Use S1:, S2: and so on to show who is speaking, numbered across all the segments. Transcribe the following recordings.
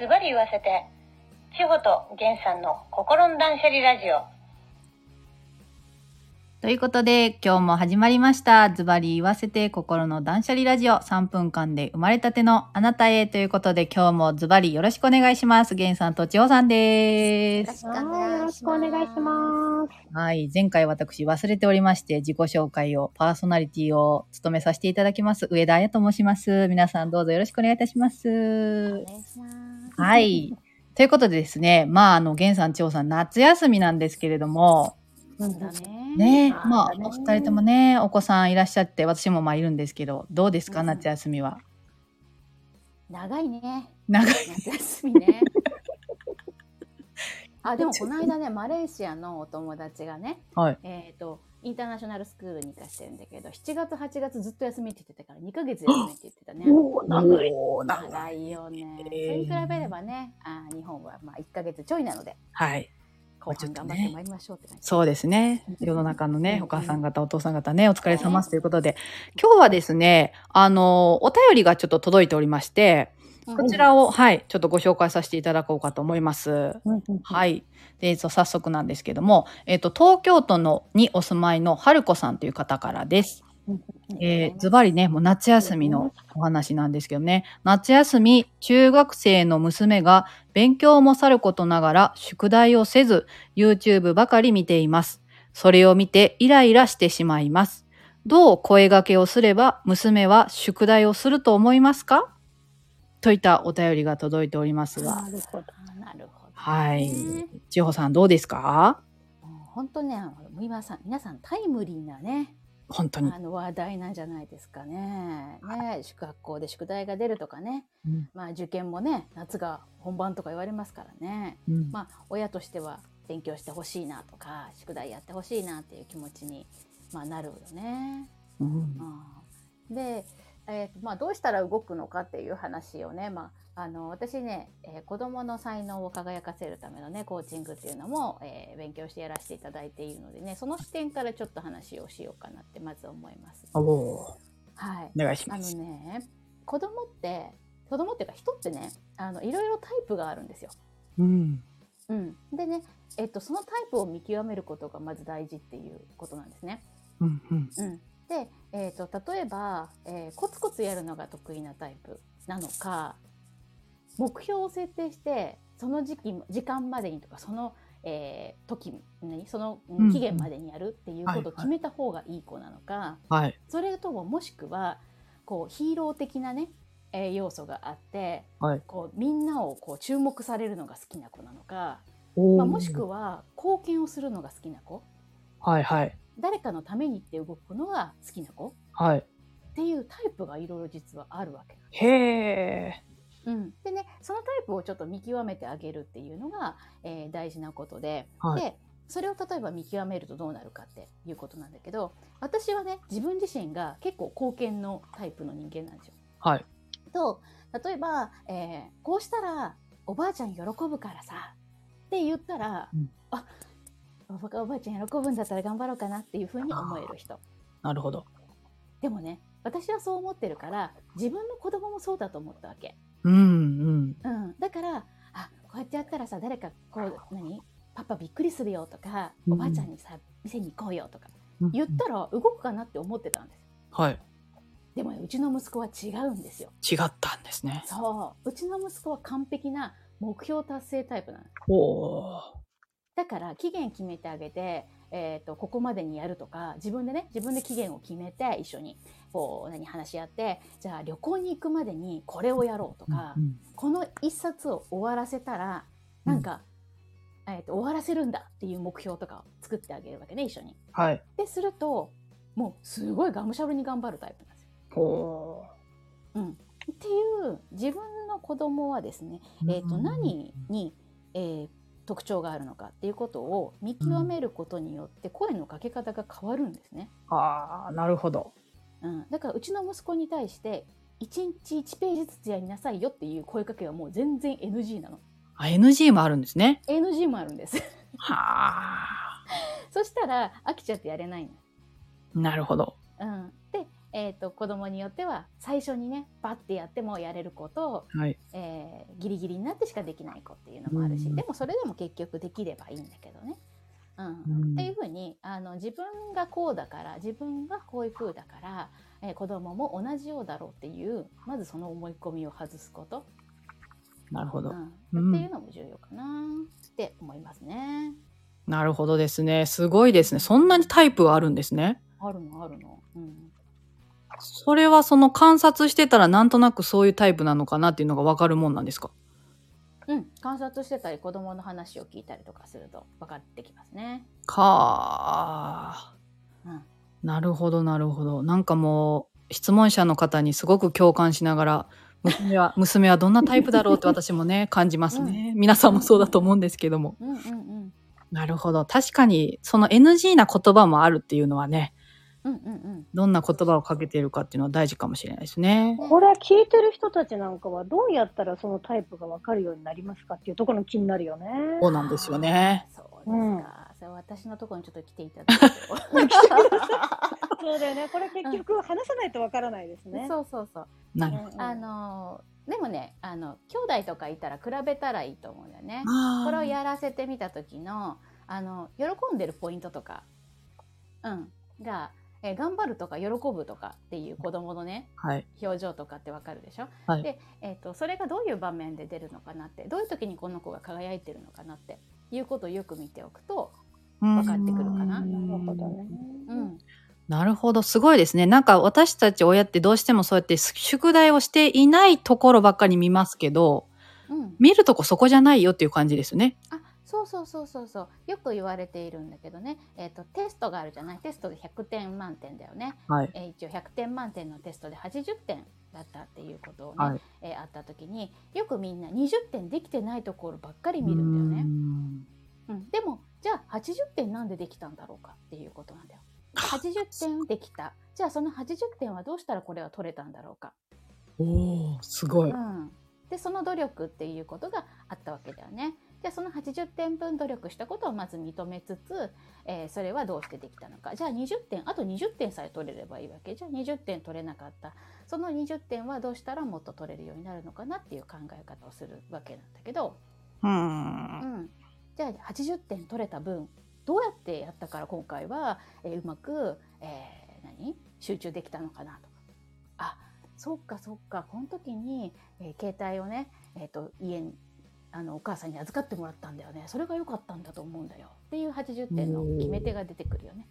S1: ズバリ言わせて千穂と源さんの心の断捨離ラジオ
S2: ということで、今日も始まりました。ズバリ言わせて心の断捨離ラジオ3分間で生まれたてのあなたへということで、今日もズバリよろしくお願いします。ゲンさんと千穂さんです。
S3: よろしくお願いし
S1: ます
S2: はい。前回私忘れておりまして、自己紹介を、パーソナリティを務めさせていただきます。上田彩と申します。皆さんどうぞよろしくお願いいたします
S3: お。願いします。
S2: はい。ということでですね、まあ、あの、ゲンさん、千穂さん、夏休みなんですけれども、
S3: そうだね。
S2: ねえ、
S1: あー
S2: まあ、
S1: ね
S2: お二人ともね、お子さんいらっしゃって、私もまあいるんですけど、どうですか、
S3: うん
S2: 夏休みは。
S3: 長いね。
S2: 長い。
S3: 夏休み ね。あ、でもこの間ね、マレーシアのお友達がね、
S2: はい。
S3: えっ、と、インターナショナルスクールに行かしてるんだけど、7月、8月ずっと休みって言ってたから、2ヶ月休みって言ってたね。
S1: おー長い
S2: おー長い。
S3: 長いよね。そ
S2: え
S3: れに比べればね、あー日本はまあ1ヶ月ちょいなので、
S2: はい。
S3: 後半頑張ってまいりましょうって感じ。
S2: そうですね
S3: うん。
S2: 世の中の
S3: う
S2: ね
S3: ん、
S2: お母さん方、お父さん方ね、お疲れ様で
S3: ね
S2: すということで、今日はですね、あの、お便りがちょっと届いておりまして、こちらを、はい、ちょっとご紹介させていただこうかと思います。はい。で、えっと早速なんですけども、えっと、東京都のにお住まいの春子さんという方からです。えー、ズバリね、もう夏休みのお話なんですけどね。夏休み、中学生の娘が勉強もさることながら宿題をせず、YouTube ばかり見ています。それを見てイライラしてしまいます。どう声掛けをすれば娘は宿題をすると思いますかといったお便りが届いておりますが。
S3: なるほど。なるほど。
S2: はい
S3: ね。
S2: 千穂さんどうですか
S3: もう本当ね、あの今さん、皆さんタイムリーなね、
S2: 本当に。
S3: あの話題なんじゃないですかね。ね、宿学校で宿題が出るとかね、
S2: うん
S3: まあ受験もね、夏が本番とか言われますからね。
S2: うん
S3: まあ親としては勉強してほしいなとか、宿題やってほしいなっていう気持ちに、まあ、なるよね。
S2: うん
S3: うんで、えーまあ、どうしたら動くのかっていう話をね、まあ、あの私ね、えー子どもの才能を輝かせるためのねコーチングっていうのも、えー勉強してやらせていただいているのでねその視点からちょっと話をしようかなってまず思います。
S2: おお
S3: はい、
S2: ー、お願いし
S3: あ
S2: ま
S3: の
S2: す。
S3: ね子供って子供っていうか人ってねあのいろいろタイプがあるんですよ。
S2: うん。
S3: うん、でね、えっと、そのタイプを見極めることがまず大事っていうことなんですね。
S2: うんうん。
S3: うん、で、えー、と例えば、えーコツコツやるのが得意なタイプなのか目標を設定してその時期時間までにとかその、えー時何そのうん
S2: うん
S3: 期限までにやるっていう
S2: はい
S3: ことを
S2: はい
S3: 決めた方がいい子なのか、
S2: はい。
S3: それとももしくはこうヒーロー的なね、えー要素があって
S2: はい。
S3: こうみんなをこう注目されるのが好きな子なのか、
S2: お
S3: まあ、もしく
S2: は。
S3: は貢献をするのが好きな子
S2: はいはい。
S3: 誰かのためにって動くのが好きな子
S2: はい。
S3: っていうタイプがいろいろ実はあるわけなんで
S2: へえ。
S3: す、でねそのタイプをちょっと見極めてあげるっていうのが、えー大事なことで,、
S2: はい
S3: でそれを例えば見極めるとどうなるかっていうことなんだけど私はね自分自身が結構貢献のタイプの人間なんですよ。
S2: はい。
S3: と例えば、えーこうしたらおばあちゃん喜ぶからさって言ったら、
S2: うん
S3: あおばおばあちゃん喜ぶんだったら頑張ろうかなっていうふうに思える人。
S2: なるほど。
S3: でもね私はそう思ってるから自分の子供もそうだと思ったわけ、
S2: うん
S3: うん、だからあこうやってやったらさ誰かこう何パパびっくりするよとか、
S2: うん
S3: おばあちゃんにさ店に行こうよとか
S2: うん。
S3: 言ったら動くかなって思ってたんです
S2: はい。
S3: でもねうちの息子は違うんですよ
S2: 違ったんですね。
S3: そううちの息子は完璧な目標達成タイプなの
S2: おお。
S3: だから期限決めてあげて、えー、とここまでにやるとか自分でね自分で期限を決めて一緒にこう何話し合ってじゃあ旅行に行くまでにこれをやろうとか、
S2: うん
S3: この一冊を終わらせたら
S2: うん
S3: なんか、えー、と終わらせるんだっていう目標とかを作ってあげるわけね一緒に。
S2: はい。
S3: でするともうすごいがむしゃらに頑張るタイプなんですよ。
S2: おお。
S3: うん、っていう自分の子供はですねえー、と何に、えー特徴があるのかっていうことを見極めることによって声のかけ方が変わるんですね。
S2: ああ、なるほど。
S3: うん、だからうちの息子に対して1日1ページずつやりなさいよっていう声かけはもう全然 NG なの。
S2: あ、NG もあるんですね。
S3: NG もあるんです。
S2: はあ。
S3: そしたら飽きちゃってやれないの。
S2: なるほど。
S3: うん、で、えー、と子供によっては最初にねバッてやってもやれる子と
S2: はい。
S3: えー、ギリギリになってしかできない子っていうのもあるし、
S2: うん
S3: でもそれでも結局できればいいんだけどね。うん
S2: うん
S3: っていうふうにあの自分がこうだから自分がこういうふうだから、えー子供も同じようだろうっていうまずその思い込みを外すこと、
S2: なるほど。
S3: う
S2: うん
S3: ん、っていうのも重要かなって思いますね。
S2: なるほどですね。すごいですね。そんなにタイプがあるんですね。
S3: あるのあるの。うん
S2: それはその観察してたらなんとなくそういうタイプなのかなっていうのがわかるもんなんですか
S3: うん、観察してたり子供の話を聞いたりとかすると分かってきますね。
S2: かあ。
S3: うん
S2: なるほどなるほど。なんかもう質問者の方にすごく共感しながら娘 は娘はどんなタイプだろうって私もね感じますね。皆さんもそうだと思うんですけども。
S3: うんうん
S2: なるほど。確かにその NG な言葉もあるっていうのはね、
S3: うんうんうん
S2: どんな言葉をかけているかっていうのは大事かもしれないですね。
S1: これ聞いてる人たちなんかはどうやったらそのタイプが分かるようになりますかっていうところの気になるよね。
S2: そうなんですよね。
S3: そうですか。それ私のところにちょっと来ていただいて。
S1: そうだよね。これ結局話さないと分からないですね。
S3: そうそうそう。
S2: な
S1: う
S2: る
S1: ん
S2: ほど。
S1: うん
S3: あのーでもね、あの兄弟とかいたら比べたらいいと思うんだよね。
S2: あー
S3: これをやらせてみた時のあの喜んでるポイントとか、うん、が、えー頑張るとか喜ぶとかっていう子供のね、
S2: はい。
S3: 表情とかってわかるでしょ、
S2: はい
S3: で、えー、とそれがどういう場面で出るのかなってどういう時にこの子が輝いてるのかなっていうことをよく見ておくと、
S2: 分
S3: わかってくるかな
S1: なるほどね。
S3: うん
S2: なるほど。すごいですね。なんか私たち親ってどうしてもそうやって宿題をしていないところばっかり見ますけど、
S3: うん、
S2: 見るとこそこじゃないよっていう感じですね。
S3: あそうそうそうそうそうよく言われているんだけどね、えー、とテストがあるじゃないテストで100点満点だよね、
S2: はい。
S3: えー一応100点満点のテストで80点だったっていうことをね、
S2: はい
S3: えーあった時によくみんな20点できてないところばっかり見るんだよね。うん、でもじゃあ80点なんでできたんだろうかっていうことなんだよ。80点できたじゃあその80点はどうしたらこれは取れたんだろうか、
S2: うーん。おお、すご
S3: う
S2: い。
S3: ん、でその努力っていうことがあったわけだよね。じゃあその80点分努力したことをまず認めつつ、えーそれはどうしてできたのかじゃあ20点あと20点さえ取れればいいわけじゃあ20点取れなかったその20点はどうしたらもっと取れるようになるのかなっていう考え方をするわけなんだけど。
S2: うー。
S3: うんん、じゃあ80点取れた分どうやってやったから今回は、えーうまく、えー何集中できたのかなとかあそっかそっかこの時に、えー携帯をね、えー、と家にあのお母さんに預かってもらったんだよねそれが良かったんだと思うんだよっていう80点の決め手が出てくるよね。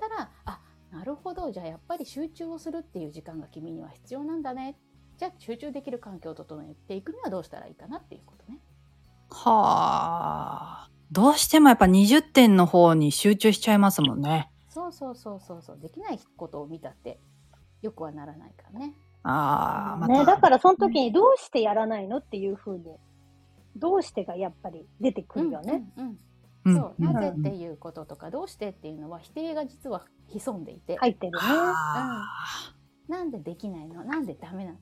S3: たらあなるほどじゃあやっぱり集中をするっていう時間が君には必要なんだねじゃあ集中できる環境を整えていくにはどうしたらいいかなっていうことね。
S2: はあ。どうしてもやっぱ20点の方に集中しちゃいますもんね。
S3: そうそうそうそうそうできないことを見たってよくはならないからね。
S2: ああ、ま
S1: ね、
S2: た。
S1: だからその時にどうしてやらないのっていうふうに、どうしてがやっぱり出てくるよね。
S3: うんうん
S2: う
S3: うんん、そうなぜ
S2: ん
S3: っていうこととかどうしてっていうのは否定が実は潜んでいて、
S1: 入ってるね。
S2: ああ。
S3: なんでできないのなんでダメな の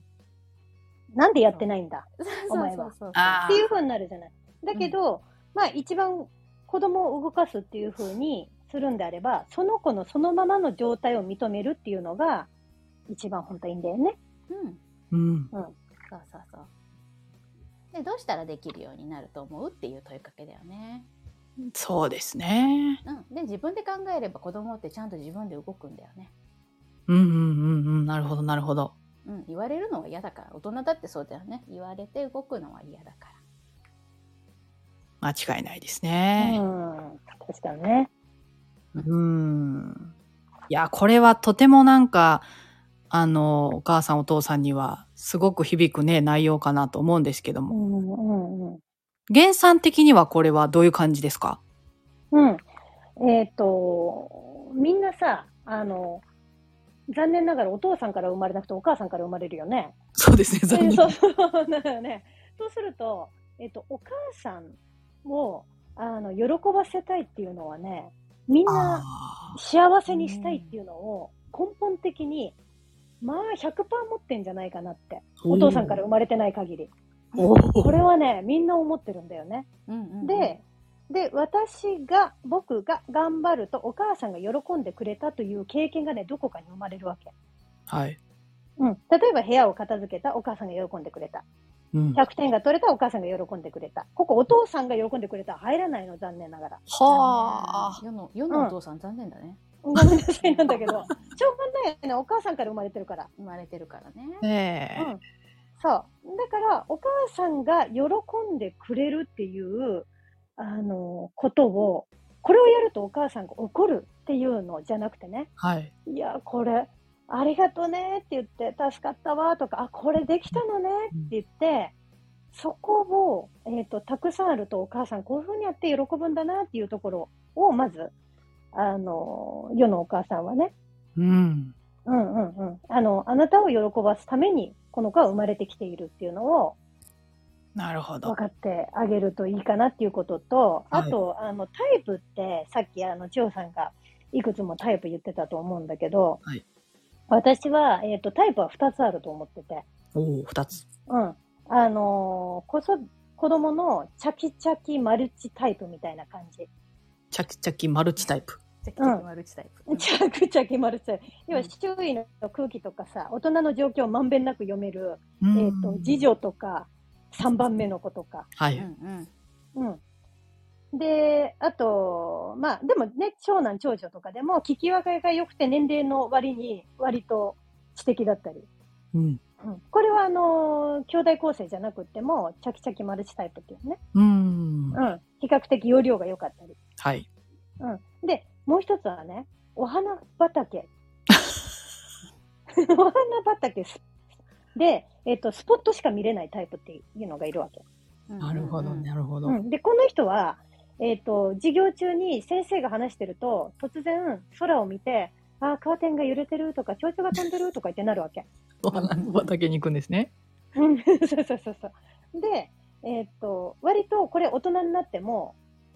S1: なんでやってないんだ
S3: そう
S1: お前は
S3: そうそうそう
S2: あ
S1: っていうふうになるじゃない。だけど、まあ一番子供を動かすっていうふうにするんであれば、その子のそのままの状態を認めるっていうのが、一番本当にいいんだよね。
S3: うん
S2: うん。
S3: そうそうそうでどうしたらできるようになると思うっていう問いかけだよね。
S2: そうですね。
S3: うん、で自分で考えれば子供ってちゃんと自分で動くんだよね。
S2: うんうんうんうん。なるほど、なるほど。
S3: うん、言われるのは嫌だから大人だってそうだよね言われて動くのは嫌だから。
S2: 間違いないです
S1: う
S2: ね。
S1: ん。確かにね。
S2: うーん。いや、これはとてもなんか、あの、お母さんお父さんにはすごく響くね、内容かなと思うんですけど
S1: う
S2: も。
S1: んうんうん。
S2: 原さん的にはこれはどういう感じですか
S1: うん。えっ、と、みんなさ、あの、残念ながらお父さんから生まれなくてお母さんから生まれるよね。
S2: そうですね、
S1: そ
S2: 残
S1: う
S2: 念
S1: そうそうなのよね。そうすると、えっ、と、お母さんを、あの、喜ばせたいっていうのはね、みんな
S2: あ
S1: 幸せにしたいっていうのを根本的に、まあ100%持ってんじゃないかなって。
S2: ー
S1: お父さんから生まれてない限り。
S2: おー
S1: これはね、みんな思ってるんだよね。
S3: うんうんうん
S1: で、で、私が、僕が頑張るとお母さんが喜んでくれたという経験がね、どこかに生まれるわけ。
S2: はい。
S1: うん。例えば部屋を片付けた、お母さんが喜んでくれた。
S2: うん
S1: 100点が取れたらお母さんが喜んでくれた。ここお父さんが喜んでくれたら入らないの、残念ながら。
S2: はあ。
S3: 世の世のお父さん、残念だね。
S1: ごめんなさいなん だけど、しょうがないよね、お母さんから生まれてるから。
S3: 生まれてるからね。
S2: ねえ。
S1: うんそう。だから、お母さんが喜んでくれるっていう、あの、ことを、これをやるとお母さんが怒るっていうのじゃなくてね、
S2: はい。
S1: いや、これ、ありがとねって言って、助かったわとか、あ、これできたのねって言って、そこを、えっ、と、たくさんあるとお母さんこういうふうにやって喜ぶんだなっていうところを、まず、あの、世のお母さんはね、
S2: うん。
S1: うんうんうん。あの、あなたを喜ばすために、この子は生まれてきているっていうのを
S2: なるほ
S1: 分
S2: ど。
S1: かってあげるといいかなっていうことと、
S2: はい
S1: あと、あの、タイプって、さっき、あの、千代さんがいくつもタイプ言ってたと思うんだけど、
S2: はい
S1: 私は、えっ、と、タイプは2つあると思ってて、
S2: おお、二つ。
S1: うん。あのーこそ、子供のチャキチャキマルチタイプみたいな感じ。
S2: チャキチャキマルチタイプ。
S3: チャキチャキマルチタイプ。
S1: チャキチャキマルチタイプ。要
S3: う
S1: は、
S3: ん
S1: 周囲の空気とかさ、大人の状況をまんべんなく読める、
S2: え
S1: えっと次。女とか3番目の子とか、
S2: は
S3: うんう
S2: い。
S3: ん
S1: うん、であとまあでもね長男長女とかでも聞き分けが良くて年齢の割に割と知的だったり、
S2: うん。
S1: うん、これはあのー兄弟構成じゃなくってもチャキチャキマルチタイプっていうね、
S2: うん。
S1: うん、比較的容量が良かったり、
S2: はい。
S1: うん、でもう一つはねお花畑お花畑すで、えっとスポットしか見れないタイプっていうのがいるわけ。
S3: うん。
S2: なるほど、なるほど
S1: う。ん、でこの人は、えっと授業中に先生が話してると突然空を見てあーカーテンが揺れてるとか蝶々が飛んでるとか言ってなるわけ。
S2: お花の畑に行くんですね。
S1: うん そうそうそうそうで、えっと割とこれ大人になっても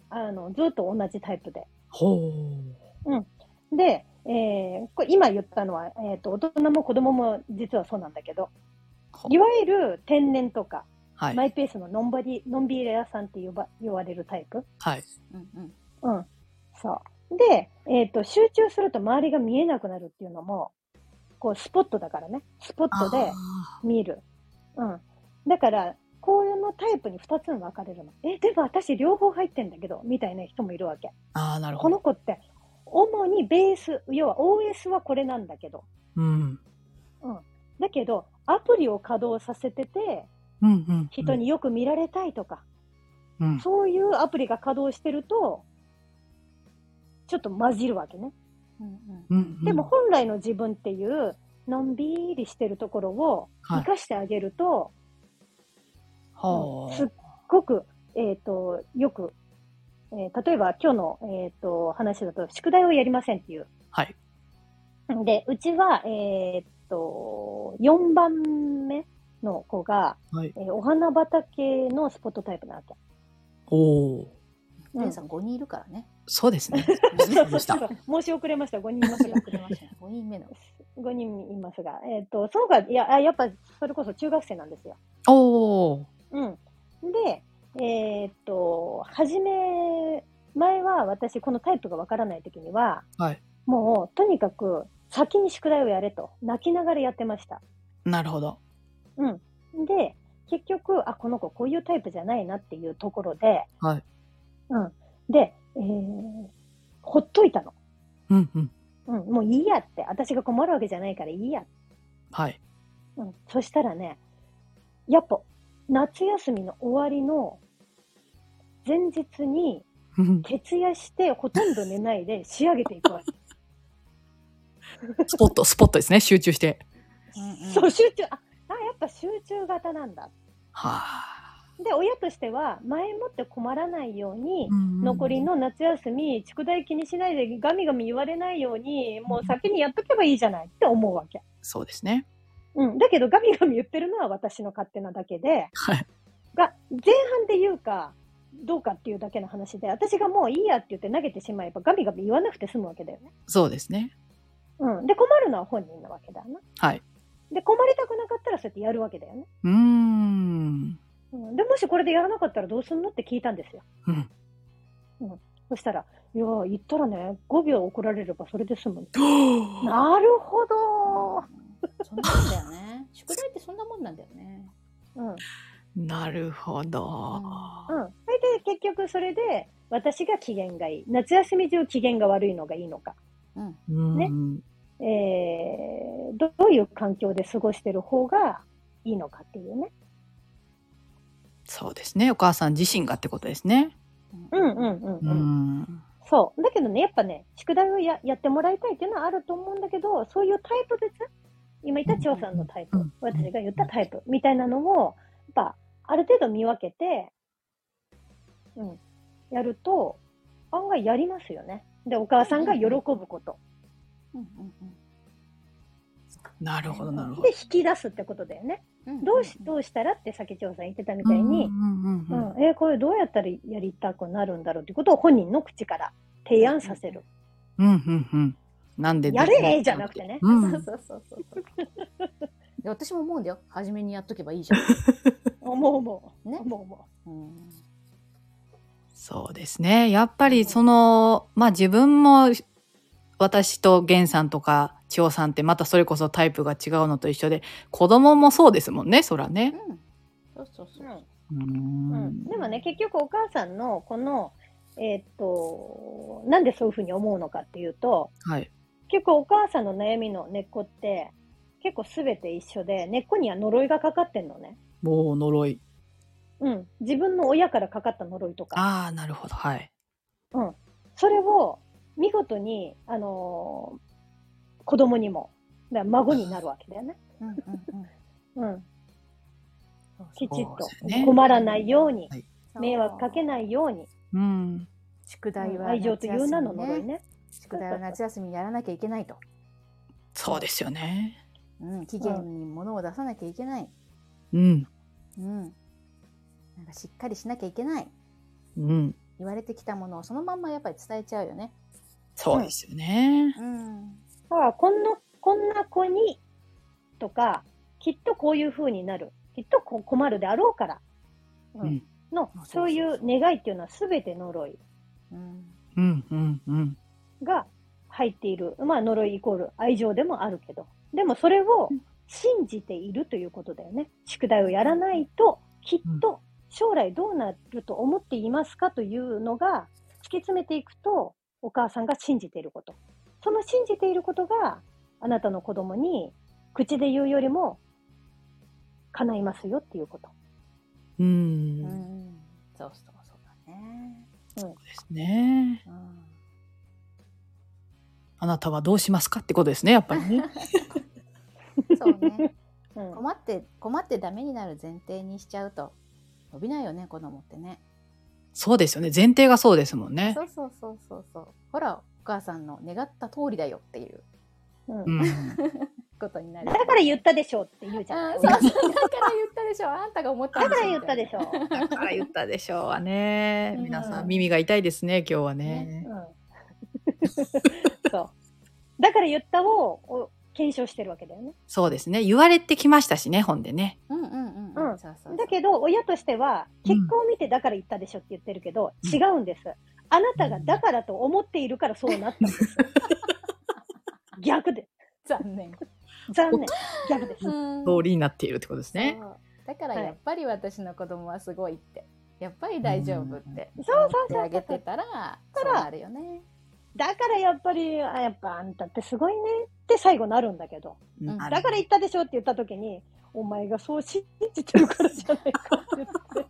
S1: あのずっと同じタイプで。
S2: ほ
S1: で、えーこれ今言ったのは、えっと大人も子供も実はそうなんだけど
S2: ほう
S1: いわゆる天然とか、
S2: はい
S1: マ。イペースののんばりのんびり屋さんって呼ば言われるタイプ。
S2: はい。
S3: うんうん。
S1: うん。そう。で、えっ、と、集中すると周りが見えなくなるっていうのも、こう、スポットだからね。スポットで
S2: あ
S1: 見る。うん。だから、こういうのタイプに2つに分かれるの。え、でも私両方入ってんだけど、みたいな人もいるわけ。
S2: ーあー、なる
S1: こ
S2: ほ
S1: の
S2: ど。
S1: 子って、主にベース、要は OS はこれなんだけど。
S2: うん。
S1: だけど、アプリを稼働させてて、
S2: うんうん。
S1: 人によく見られたいとか、
S2: うん。
S1: そういうアプリが稼働してると、ちょっと混じるわけね。
S3: うんうん。
S2: うん。うん
S1: でも、本来の自分っていうのんびりしてるところを
S2: は
S1: 生
S2: い。
S1: かしてあげると、
S2: は
S1: すっごく、えっとよく、えー例えば今日の、えっと話だと宿題をやりませんっていう。
S2: あ。はい。
S1: でうちは、えっと4番目の子が、
S2: はい
S1: えーお花畑のスポットタイプなわけ。
S2: おお。
S1: うん
S3: ペンさん五人いるからね。
S2: そうです ね。そうでした。
S1: 申し遅れました、5人いますが。
S3: 五人目の。
S1: 5人いますが。えっ、と、そうが、いや、あやっぱ、それこそ中学生なんですよ。
S2: おお。
S1: うん。で、えーっと、初め、前は私、このタイプがわからないときには、
S2: はい
S1: もう、とにかく、先に宿題をやれと、泣きながらやってました。
S2: なるほど。
S1: うん。で、結局、あ、この子、こういうタイプじゃないなっていうところで、
S2: はい
S1: うん。で、えーほっといたの。
S2: うんうん。
S1: うん、もういいやって、私が困るわけじゃないからいいや。
S2: はい。
S1: うん。そしたらね、やっぱ、夏休みの終わりの前日に、徹夜してほとんど寝ない で仕上げていくわけ。
S2: スポット、スポットですね。集中して。
S1: そう、集中、あ、あ、やっぱ集中型なんだ。
S2: はあ。
S1: で、親としては前もって困らないように、残
S2: 残
S1: り。の夏休み、宿題気にしないでガミガミ言われないように、もう先にやっとけばいいじゃないって思うわけ。
S2: そうですね。
S1: うん。だけど、ガミガミ言ってるのは私の勝手なだけで、
S2: はい。
S1: が、前半で言うか、どうかっていうだけの話で、私がもういいやって言って投げてしまえば、ガミガミ言わなくて済むわけだよね。
S2: そうですね。
S1: うん。で、困るのは本人なわけだな。
S2: はい。
S1: で、困りたくなかったらそうやってやるわけだよね。
S2: うーん。
S1: うん、でもしこれでやらなかったらどうすんのって聞いたんですよ。
S2: うん
S1: そしたら、いやー、言ったらね、5秒怒られればそれで済む。なるほど
S3: そんなもんだよね。宿題ってそんなもんなんだよね。
S1: ー、うん、
S2: なるほど。
S1: うん。それで結局それで私が機嫌がいい。夏休み中機嫌が悪いのがいいのか。
S3: うん。
S2: うん
S1: ねえーどどういう環境で過ごしてる方がいいのかっていうね。
S2: そうですね。お母さん自身がってことですね。
S1: うんうんうん
S2: う
S1: うん。
S2: ん。
S1: そう。だけどね、やっぱね、宿題をややってもらいたいっていうのはあると思うんだけど、そういうタイプ別今言った千代さんのタイプ、
S2: うんうんうん
S1: 私が言ったタイプみたいなのを、やっぱ、ある程度見分けて、うん、やると、案外やりますよね。で、お母さんが喜ぶこと。
S3: うんうんうん
S2: なるほど、なるほ
S1: で、
S2: ど。
S1: 引き出すってことだよね。
S3: うん
S1: どうし、どうしたらってさっき千代さん言ってたみたいに
S2: う、んうん
S1: う
S2: うんうん
S1: ん、えーこれどうやったらやりたくなるんだろうっていうことを本人の口から提案させる。
S2: うんうんうん。なんで
S1: やれじゃなくてね
S2: うん
S3: そうそうそうそうそう。いや私も思うんだよ。初めにやっとけばいいじゃん。
S1: 思う思う。
S3: ね
S1: 思う思。
S3: うん
S2: そうですね。やっぱりその、まあ自分も、私と源さんとか千代さんってまたそれこそタイプが違うのと一緒で、子供もそうですもんね、そらね。
S3: うん。そうそうそうう。
S2: う
S1: うんん。うん。でもね、結局お母さんのこの、えーっと、なんでそういうふうに思うのかっていうと、
S2: はい。
S1: 結構お母さんの悩みの根っこって、結構すべて一緒で、根っこには呪いがかかってんのね。
S2: もう呪い。
S1: うん。自分の親からかかった呪いとか。
S2: ああ、なるほど。はい。
S1: それを、見事に、あのー子供にも、だから孫になるわけだよね。
S3: うんうんうん
S1: うん。きちっと
S2: そうですね
S1: 困らないように、
S2: はい
S1: 迷惑かけないように、
S2: うん。
S3: 宿題は
S1: 愛情という名の呪い
S3: ね。
S1: ね。
S3: 宿題は夏休みにやらなきゃいけないと。
S2: そうですよね。
S3: うん。期限に物を出さなきゃいけない。
S2: うん。
S3: うん。なんかしっかりしなきゃいけない。
S2: うん。
S3: 言われてきたものをそのまんまやっぱり伝えちゃうよね。
S2: そうですよね。
S3: うん。
S1: だからこんな、こんな子に、とか、きっとこういう風になる。きっとこ困るであろうから。うん
S2: うん
S1: の、そういう願いっていうのは全て呪い
S3: うん。
S2: うんうんうん。
S1: が入っている。まあ呪いイコール愛情でもあるけど。でもそれを信じているということだよね。宿題をやらないと、きっと将来どうなると思っていますかというのが突き詰めていくと、お母さんが信じていること。その信じていることがあなたの子供に口で言うよりも叶いますよっていうこと。
S2: う。
S3: うん
S2: そ
S3: ん。そうそうそうだね。
S2: うですね。
S3: うん。
S2: あなたはどうしますかってことですね、やっぱり ね。
S3: そうね。
S1: うん、
S3: 困って困ってダメになる前提にしちゃうと伸びないよね子供ってね
S2: そうですよね。前提がそうですもんね
S3: そ。うそうそうそうそうほらお母さんの願った通りだよっていう
S1: うん
S2: うん。
S3: ことになる
S1: だから言ったでしょって言うじゃ
S3: あ
S1: ん。
S3: ーそうそうだから言ったでしょあんたが思った
S1: だ
S3: ん
S1: から
S3: しょ
S1: 言ったでしょ。
S2: だから言ったでしょうはね。
S3: うん
S2: 皆さん耳が痛いですね、今日はね。
S1: うんそう。だから言ったをお検証してるわけだよね。
S2: そうですね。言われてきましたしね、本でね。
S3: うんうんうん
S1: うん
S3: そうそう
S1: だけど、親としては、
S2: うん
S1: 結果を見てだから言ったでしょって言ってるけど、
S2: うん
S1: 違うんです。あなたがだからと思っているからそうなった んです。逆で。
S3: 残念
S1: 残念。逆です。
S2: 通りになっているってことですね。
S3: そうだからやっぱり私の子供はすごいってやっぱり大丈夫って
S1: んそうそうそ
S3: 言っ
S1: う
S3: てあげてたらそうなるよね
S1: だからやっぱり、あやっぱあんたってすごいねって最後なるんだけど、
S2: うん
S3: うん
S2: あ
S1: だ
S2: れ
S1: から言ったでしょって言った時に、お前がそう信じてるからじゃないかって言 って、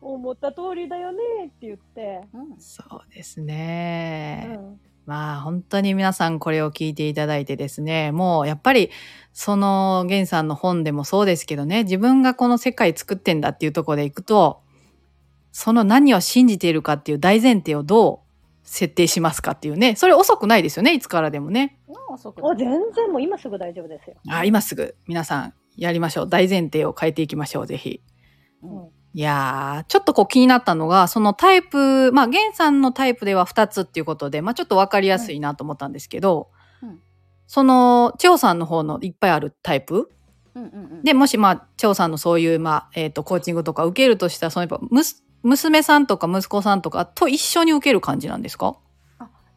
S1: 思った通りだよねって言って、
S3: うん
S2: そうです
S1: う
S2: ね。
S1: ん
S2: まあ本当に皆さんこれを聞いていただいてですね、もうやっぱりその源さんの本でもそうですけどね、自分がこの世界作ってんだっていうところでいくと、その何を信じているかっていう大前提をどう設定しますかっていうね、それ遅くないですよね、いつからでもね。
S3: もう遅くな
S1: あ
S3: い
S1: 全然もう今すぐ大丈夫ですよ。
S2: あ今すぐ皆さんやりましょう。大前提を変えていきましょう、ぜひ。
S3: うん
S2: いやー、ちょっとこう気になったのが、そのタイプ、まあ、ゲンさんのタイプでは2つっていうことで、まあ、ちょっとわかりやすいなと思ったんですけど、
S3: うん
S2: その、千代さんの方のいっぱいあるタイプ
S3: うんうんうん
S2: で、もし、まあ、千代さんのそういう、まあ、えっ、と、コーチングとか受けるとしたら、そのやっぱ、むす娘さんとか息子さんとかと一緒に受ける感じなんですか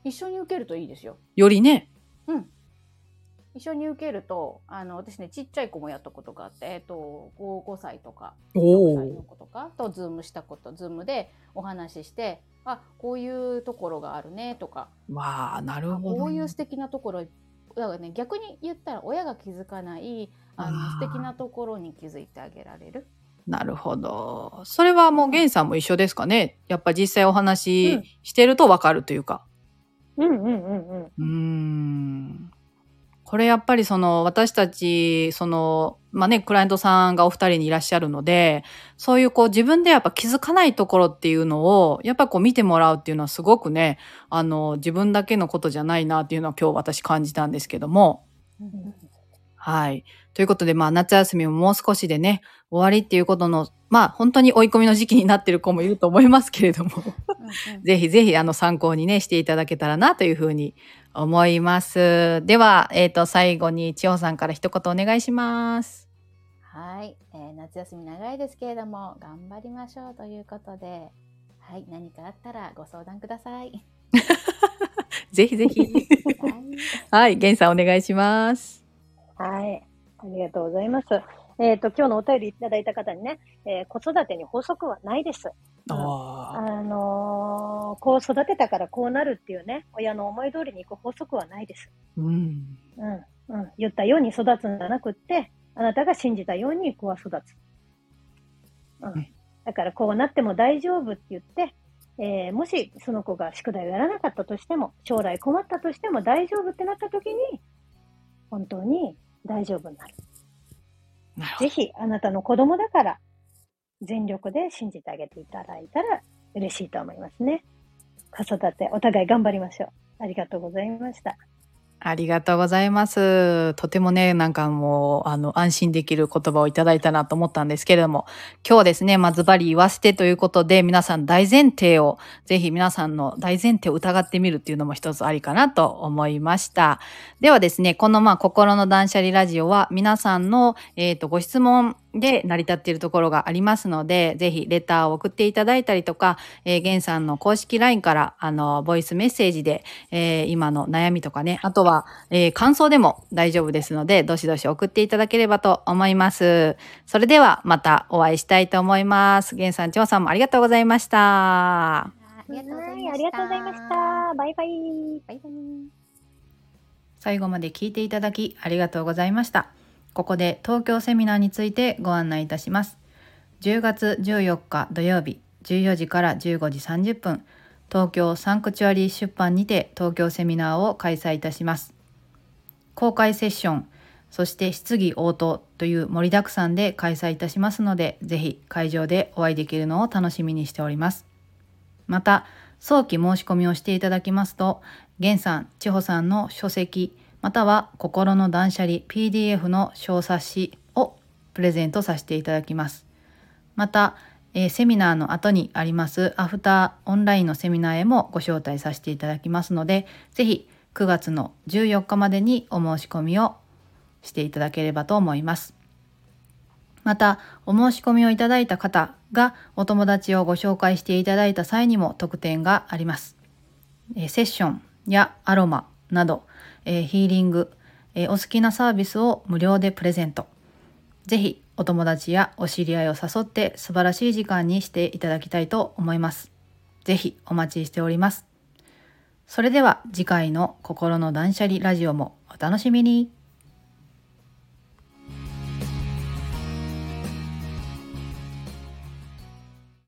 S3: 一緒に受けるといいですよ
S2: よりね。
S3: うん。一一緒に受けると、あの、私ね、ちっちゃい子もやったことがあって、えっと、5, 5歳とか、
S2: お
S3: 6
S2: ー
S3: 歳の子とかと、ズームしたこと、ズームでお話しして、あ、こういうところがあるね、とか、
S2: わあ、なるほど。
S3: こういう素敵なところ、だからね、逆に言ったら親が気づかない、あの
S2: あー
S3: 素敵なところに気づいてあげられ る。
S2: なるほど。それはもう、ゲンさんも一緒ですかね。やっぱ実際お話ししてるとわかるというか。
S1: うんうんうんうん。
S2: うーん。これやっぱりその私たち、その、まあね、クライアントさんがお二人にいらっしゃるので、そういうこう自分でやっぱ気づかないところっていうのを、やっぱこう見てもらうっていうのはすごくね、あの、自分だけのことじゃないなっていうのは今日私感じたんですけども。はい。ということで、まあ夏休みももう少しでね、終わりっていうことの、まあ本当に追い込みの時期になってる子もいると思いますけれども。ぜひぜひあの参考にねしていただけたらなというふうに思います。では、えっ、と最後に千穂さんから一言お願いします。
S3: はい、えー夏休み長いですけれども頑張りましょうということで、はい、何かあったらご相談くださ い。
S2: ぜひぜひ。
S3: はい
S2: はい、源さんお願いします。
S1: はい。ありがとうございます。えっ、と、今日のお便りいただいた方にね、えー子育てに法則はないです。あ
S2: あ
S1: のーこう育てたからこうなるっていうね、親の思い通りにいく法則はないです。
S2: うん。
S1: うん。うん。言ったように育つんじゃなくって、あなたが信じたように子は育つ。う
S2: うん
S1: ん。だからこうなっても大丈夫って言って、えーもしその子が宿題をやらなかったとしても、将来困ったとしても大丈夫ってなった時に、本当に大丈夫になる。
S2: なるほ
S1: ぜ
S2: ど。
S1: ひあなたの子供だから、全力で信じてあげていただいたら嬉しいと思いますね。子育て、お互い頑張りましょう。ありがとうございました。
S2: ありがとうございます。とてもね、なんかもう、あの、安心できる言葉をいただいたなと思ったんですけれども、今日はですね、まあズバリ言わせてということで、皆さん大前提を、ぜひ皆さんの大前提を疑ってみるっていうのも一つありかなと思いました。ではですね、このまあ心の断捨離ラジオは皆さんの、えー、とご質問で成り立っているところがありますので、ぜひレターを送っていただいたりとか、えー、ゲンさんの公式 LINE から、あの、ボイスメッセージで、えー今の悩みとかね、あとは、えー感想でも大丈夫ですので、どしどし送っていただければと思います。それではまたお会いしたいと思います。ゲンさん、チョウさんもありがとうございました。
S3: あ
S1: は
S3: りがとうございまし
S1: い
S3: た。
S1: ありがとうございました。バイバイ。
S3: バイバイ。
S2: 最後まで聞いていただきありがとうございました。ここで東京セミナーについてご案内いたします。10月14日土曜日14時から15時30分、東京サンクチュアリー出版にて東京セミナーを開催いたします。公開セッション、そして質疑応答という盛りだくさんで開催いたしますので、ぜひ会場でお会いできるのを楽しみにしております。また、早期申し込みをしていただきますと、源さん、千穂さんの書籍、または心の断捨離 PDF の小冊子をプレゼントさせていただきます。また、えーセミナーの後にありますアフターオンラインのセミナーへもご招待させていただきますので、ぜひ9月の14日までにお申し込みをしていただければと思います。また、お申し込みをいただいた方がお友達をご紹介していただいた際にも特典があります。えーセッションやアロマなど、えーヒーリング、えーお好きなサービスを無料でプレゼント。ぜひお友達やお知り合いを誘って素晴らしい時間にしていただきたいと思います。ぜひお待ちしております。それでは次回の心の断捨離ラジオもお楽しみに。